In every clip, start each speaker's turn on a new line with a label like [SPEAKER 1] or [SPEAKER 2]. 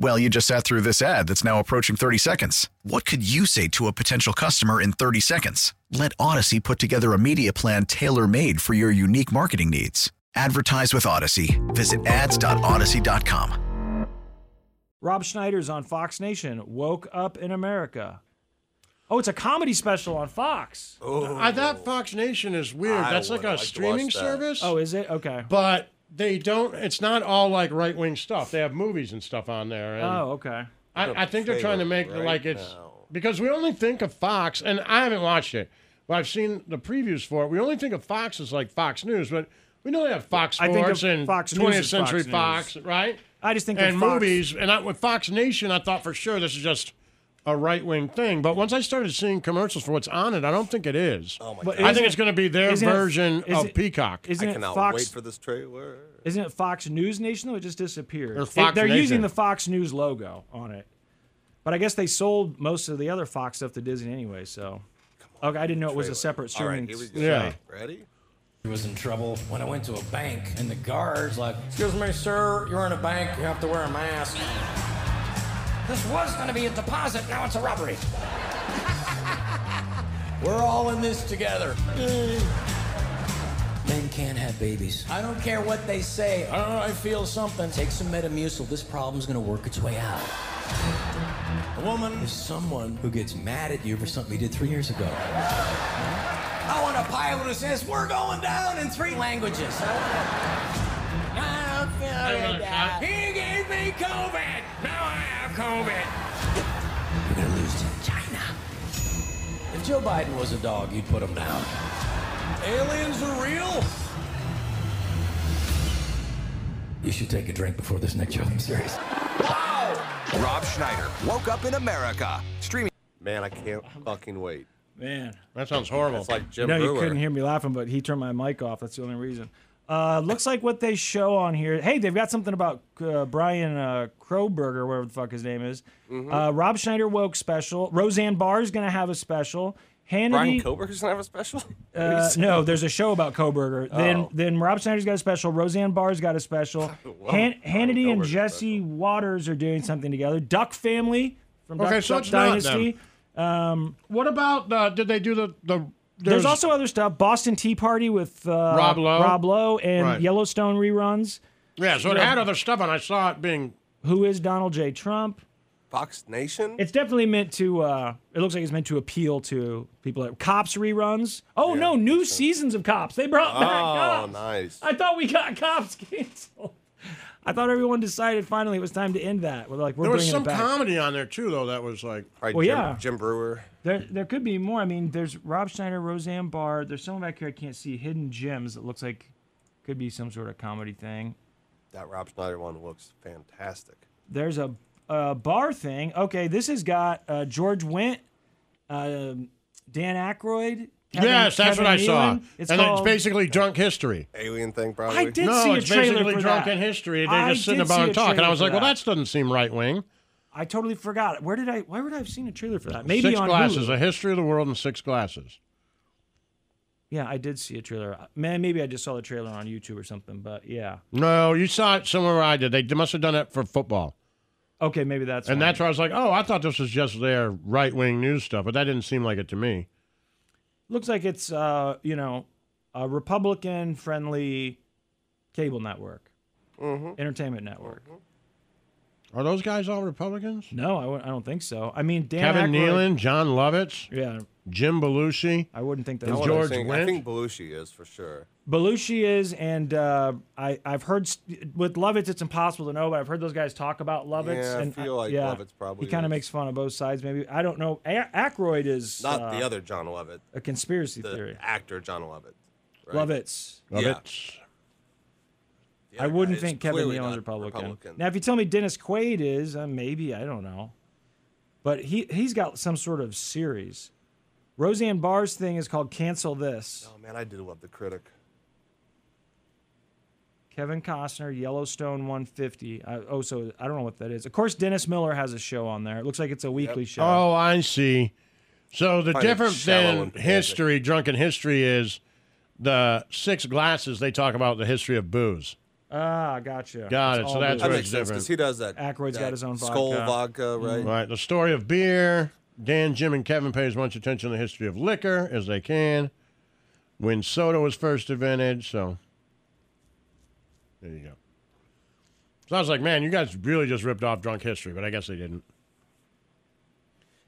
[SPEAKER 1] Well, you just sat through this ad that's now approaching 30 seconds. What could you say to a potential customer in 30 seconds? Let Odyssey put together a media plan tailor made for your unique marketing needs. Advertise with Odyssey. Visit ads.odyssey.com.
[SPEAKER 2] Rob Schneider's on Fox Nation. Woke up in America. Oh, it's a comedy special on Fox.
[SPEAKER 3] Oh.
[SPEAKER 4] I thought Fox Nation is weird.
[SPEAKER 3] I
[SPEAKER 4] That's like
[SPEAKER 3] would
[SPEAKER 4] a
[SPEAKER 3] like to watch
[SPEAKER 4] streaming
[SPEAKER 3] that.
[SPEAKER 4] service.
[SPEAKER 2] Oh, is it? Okay.
[SPEAKER 4] but they don't. It's not all like right wing stuff. They have movies and stuff on there. And
[SPEAKER 2] Oh, okay.
[SPEAKER 4] I, I think they're trying to make
[SPEAKER 3] Right
[SPEAKER 4] like it's
[SPEAKER 3] now.
[SPEAKER 4] because we only think of Fox, and I haven't watched it, but I've seen the previews for it. We only think of Fox as like Fox News, but we know they have Fox
[SPEAKER 2] I
[SPEAKER 4] Sports
[SPEAKER 2] think of
[SPEAKER 4] and
[SPEAKER 2] Fox News
[SPEAKER 4] 20th
[SPEAKER 2] as Fox
[SPEAKER 4] Century
[SPEAKER 2] News.
[SPEAKER 4] Fox, right?
[SPEAKER 2] I just think of
[SPEAKER 4] and
[SPEAKER 2] Fox-
[SPEAKER 4] movies, and I, with Fox Nation, I thought for sure this is just a right wing thing. But once I started seeing commercials for what's on it, I don't think it is. Oh
[SPEAKER 3] my
[SPEAKER 2] But
[SPEAKER 4] I
[SPEAKER 2] isn't
[SPEAKER 4] think it's
[SPEAKER 2] it-
[SPEAKER 4] going to be their
[SPEAKER 2] isn't it-
[SPEAKER 4] version
[SPEAKER 2] is
[SPEAKER 4] of
[SPEAKER 2] it-
[SPEAKER 4] Peacock.
[SPEAKER 2] Isn't
[SPEAKER 3] I
[SPEAKER 2] it
[SPEAKER 3] cannot
[SPEAKER 2] Fox?
[SPEAKER 3] wait for this trailer.
[SPEAKER 2] Isn't it Fox News Nation though? It just disappeared.
[SPEAKER 4] Or Fox
[SPEAKER 2] they're
[SPEAKER 4] Nation.
[SPEAKER 2] using the Fox News logo on it, but I guess they sold most of the other Fox stuff to Disney anyway. So, okay, I didn't know it was a separate
[SPEAKER 3] All
[SPEAKER 2] streaming.
[SPEAKER 3] right, here we go.
[SPEAKER 4] Yeah.
[SPEAKER 3] Ready?
[SPEAKER 5] was in trouble when I went to a bank and the guards like, excuse me, sir, you're in a bank, you have to wear a mask. This was gonna be a deposit, now it's a robbery. We're all in this together. Men can't have babies. I don't care what they say. I don't know, I feel something. Take some Metamucil. This problem's gonna work its way out. A woman is someone who gets mad at you for something you did three years ago. I want a pilot who says we're going down in three languages. I'm feeling bad. He gave me COVID. Now I have COVID. We're gonna lose to China. If Joe Biden was a dog, you'd put him down. Aliens are real. You should take a drink before this next show. I'm serious.
[SPEAKER 6] Rob Schneider woke up in America. Streaming.
[SPEAKER 3] Man, I can't fucking wait.
[SPEAKER 2] Man,
[SPEAKER 4] That sounds horrible.
[SPEAKER 3] It's like
[SPEAKER 2] I
[SPEAKER 3] Jim
[SPEAKER 2] know you
[SPEAKER 3] Brewer.
[SPEAKER 2] couldn't hear me laughing, but he turned my mic off. That's the only reason. Uh, looks like what they show on here. Hey, they've got something about uh, Brian uh, Kroberger, whatever the fuck his name is.
[SPEAKER 3] Mm-hmm.
[SPEAKER 2] Uh, Rob Schneider woke special. Roseanne Barr is going to have a special. Hannity.
[SPEAKER 3] Brian Koberger's gonna have a special.
[SPEAKER 2] Uh, no, there's a show about Koberger.
[SPEAKER 3] Oh.
[SPEAKER 2] Then then Rob Schneider's got a special. Roseanne Barr's got a special. Han- Hannity and
[SPEAKER 3] Koberger's
[SPEAKER 2] Jesse Waters are doing something together. Duck Family from
[SPEAKER 4] Okay,
[SPEAKER 2] Duck,
[SPEAKER 4] so
[SPEAKER 2] Duck
[SPEAKER 4] it's not them.
[SPEAKER 2] Dynasty.
[SPEAKER 4] What about uh, did they do the the?
[SPEAKER 2] There's, also other stuff. Boston Tea Party with uh,
[SPEAKER 4] Rob Lowe.
[SPEAKER 2] Rob Lowe and
[SPEAKER 4] Right.
[SPEAKER 2] Yellowstone reruns.
[SPEAKER 4] yeah, so it had other stuff, and I saw it being
[SPEAKER 2] Who is Donald J. Trump?
[SPEAKER 3] Fox Nation.
[SPEAKER 2] It's definitely meant to. Uh, it looks like it's meant to appeal to people. Like Cops reruns. Oh no, new seasons of Cops. They brought back
[SPEAKER 3] oh,
[SPEAKER 2] Cops.
[SPEAKER 3] nice.
[SPEAKER 2] I thought we got cops canceled. I thought everyone decided finally it was time to end that. We're like, we're
[SPEAKER 4] there was
[SPEAKER 2] bringing
[SPEAKER 4] some
[SPEAKER 2] it back.
[SPEAKER 4] comedy on there too, though. That was like
[SPEAKER 3] All right,
[SPEAKER 2] well,
[SPEAKER 3] Jim,
[SPEAKER 2] yeah.
[SPEAKER 3] Jim Brewer.
[SPEAKER 2] there, there could be more. I mean, there's Rob Schneider, Roseanne Barr. There's someone back here I can't see. Hidden gems. It looks like could be some sort of comedy thing.
[SPEAKER 3] That Rob Schneider one looks fantastic.
[SPEAKER 2] There's a, a bar thing. Okay, this has got uh, George Wendt, um Dan Aykroyd. Kevin,
[SPEAKER 4] yes, that's
[SPEAKER 2] Kevin
[SPEAKER 4] what I saw,
[SPEAKER 2] Nealon. It's
[SPEAKER 4] and
[SPEAKER 2] called,
[SPEAKER 4] it's basically drunk history.
[SPEAKER 3] Alien thing, probably.
[SPEAKER 2] I did
[SPEAKER 4] no,
[SPEAKER 2] see
[SPEAKER 4] it's
[SPEAKER 2] a trailer
[SPEAKER 4] basically
[SPEAKER 2] for
[SPEAKER 4] drunk
[SPEAKER 2] that.
[SPEAKER 4] in history. They're
[SPEAKER 2] I
[SPEAKER 4] just sitting
[SPEAKER 2] did see
[SPEAKER 4] about
[SPEAKER 2] a
[SPEAKER 4] and talking. I
[SPEAKER 2] trailer
[SPEAKER 4] was
[SPEAKER 2] for
[SPEAKER 4] like, well,
[SPEAKER 2] that.
[SPEAKER 4] that doesn't seem right wing.
[SPEAKER 2] I totally forgot. Where did I? Why would I have seen a trailer for that? Maybe
[SPEAKER 4] Six
[SPEAKER 2] on
[SPEAKER 4] glasses, eh?
[SPEAKER 2] Hulu.
[SPEAKER 4] a history of the world in six glasses.
[SPEAKER 2] Yeah, I did see a trailer. Man, maybe I just saw the trailer on YouTube or something, but yeah.
[SPEAKER 4] No, you saw it somewhere where I did. They must have done it for football,
[SPEAKER 2] Okay, maybe that's
[SPEAKER 4] and
[SPEAKER 2] why.
[SPEAKER 4] that's where I was like, oh, I thought this was just their right wing news stuff, but that didn't seem like it to me.
[SPEAKER 2] looks like it's uh, you know, a Republican friendly cable network. Entertainment network.
[SPEAKER 4] Are those guys all Republicans?
[SPEAKER 2] No, I w- I don't think so. I mean, Dan
[SPEAKER 4] Kevin
[SPEAKER 2] Aykroyd-
[SPEAKER 4] Nealon, John Lovitz,
[SPEAKER 2] Yeah,
[SPEAKER 4] Jim Belushi.
[SPEAKER 2] I wouldn't think that.
[SPEAKER 4] Is
[SPEAKER 3] I
[SPEAKER 2] was-
[SPEAKER 3] wanna
[SPEAKER 4] George
[SPEAKER 3] think-
[SPEAKER 4] Wendt?
[SPEAKER 3] I think Belushi is for sure.
[SPEAKER 2] Belushi is, and uh, I I've heard st- with Lovitz, it's impossible to know, but I've heard those guys talk about Lovitz.
[SPEAKER 3] Yeah, I
[SPEAKER 2] and
[SPEAKER 3] feel like
[SPEAKER 2] yeah,
[SPEAKER 3] Lovitz probably
[SPEAKER 2] He kind of
[SPEAKER 3] is.
[SPEAKER 2] makes fun of both sides. Maybe I don't know. A- Aykroyd is
[SPEAKER 3] Not
[SPEAKER 2] uh,
[SPEAKER 3] the other John Lovett,
[SPEAKER 2] a conspiracy
[SPEAKER 3] the
[SPEAKER 2] theory.
[SPEAKER 3] actor John Lovett. Right?
[SPEAKER 2] Lovitz.
[SPEAKER 3] Yeah.
[SPEAKER 4] Lovitz.
[SPEAKER 3] The
[SPEAKER 2] I
[SPEAKER 3] other
[SPEAKER 2] wouldn't
[SPEAKER 3] guy is
[SPEAKER 2] think Kevin
[SPEAKER 3] clearly
[SPEAKER 2] Nealon's
[SPEAKER 3] not
[SPEAKER 2] Republican.
[SPEAKER 3] Republican.
[SPEAKER 2] Now, if you tell me Dennis Quaid is, uh, maybe I don't know, but he he's got some sort of series. Roseanne Barr's thing is called "Cancel This."
[SPEAKER 3] oh man, I do love the critic.
[SPEAKER 2] Kevin Costner, Yellowstone 150. I, oh, so I don't know what that is. Of course, Dennis Miller has a show on there. It looks like it's a weekly show.
[SPEAKER 4] Oh, I see. So the
[SPEAKER 3] Find it
[SPEAKER 4] difference
[SPEAKER 3] shallow
[SPEAKER 4] than
[SPEAKER 3] and pedantic.
[SPEAKER 4] history, drunken history, is the six glasses they talk about the history of booze.
[SPEAKER 2] Ah, gotcha.
[SPEAKER 4] Got
[SPEAKER 2] It's
[SPEAKER 4] it. So
[SPEAKER 2] all
[SPEAKER 4] that's
[SPEAKER 2] good.
[SPEAKER 3] That
[SPEAKER 4] where-
[SPEAKER 3] makes sense
[SPEAKER 4] different.
[SPEAKER 3] because he does that.
[SPEAKER 2] Aykroyd's
[SPEAKER 3] that
[SPEAKER 2] got his own
[SPEAKER 3] skull
[SPEAKER 2] vodka. Mm.
[SPEAKER 3] vodka, right?
[SPEAKER 4] Right. The story of beer. Dan, Jim, and Kevin pay as much attention to the history of liquor as they can. When soda was first invented, so there you go. So I was like, man, you guys really just ripped off drunk history, but I guess they didn't.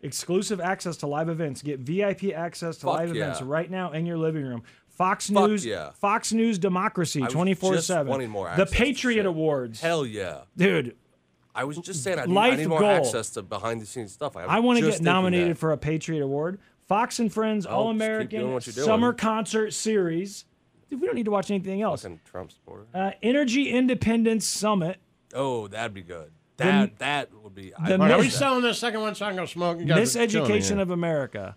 [SPEAKER 2] Exclusive access to live events. Get VIP access to
[SPEAKER 3] Fuck
[SPEAKER 2] live
[SPEAKER 3] yeah.
[SPEAKER 2] events right now in your living room. Fox
[SPEAKER 3] Fuck
[SPEAKER 2] News,
[SPEAKER 3] yeah.
[SPEAKER 2] Fox News Democracy,
[SPEAKER 3] was
[SPEAKER 2] twenty four
[SPEAKER 3] just wanting
[SPEAKER 2] seven.
[SPEAKER 3] more
[SPEAKER 2] The
[SPEAKER 3] access to
[SPEAKER 2] Patriot
[SPEAKER 3] shit.
[SPEAKER 2] Awards,
[SPEAKER 3] Hell yeah.
[SPEAKER 2] dude.
[SPEAKER 3] I was just saying I need, I
[SPEAKER 2] Life
[SPEAKER 3] need more
[SPEAKER 2] goal.
[SPEAKER 3] access to behind the scenes stuff. I,
[SPEAKER 2] I want to
[SPEAKER 3] to
[SPEAKER 2] get nominated for a Patriot Award. Fox and Friends All
[SPEAKER 3] Oh, doing
[SPEAKER 2] American
[SPEAKER 3] what you're doing.
[SPEAKER 2] Summer Concert Series. Dude, we don't need to watch anything else.
[SPEAKER 3] fucking Trump supporter.
[SPEAKER 2] Uh, Energy Independence Summit.
[SPEAKER 3] Oh, that'd be good. That that would be. I,
[SPEAKER 2] the
[SPEAKER 4] All right, are we
[SPEAKER 2] Mis-
[SPEAKER 4] selling this second one so I can go smoke? You guys are killing me
[SPEAKER 2] Miseducation
[SPEAKER 4] here.
[SPEAKER 2] of America.